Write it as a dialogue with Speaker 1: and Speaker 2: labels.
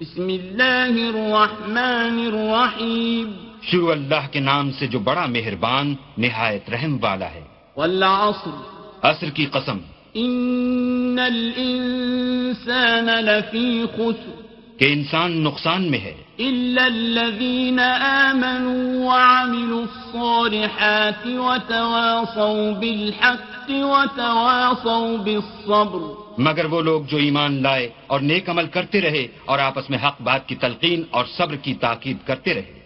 Speaker 1: بسم الله الرحمن الرحيم
Speaker 2: शुरू अल्लाह के नाम से जो बड़ा मेहरबान निहायत रहम वाला है
Speaker 1: والعصر
Speaker 2: असर की कसम
Speaker 1: إن الإنسان لفي خسر
Speaker 2: कि इंसान नुकसान में है
Speaker 1: إلا الذين آمنوا وعملوا الصالحات وتواصوا بالحق وتواصوا بالصبر
Speaker 2: मगर वो लोग जो ईमान लाए और नेक अमल करते रहे और आपस में हक बात की तलकीन और सब्र की ताकीद करते रहे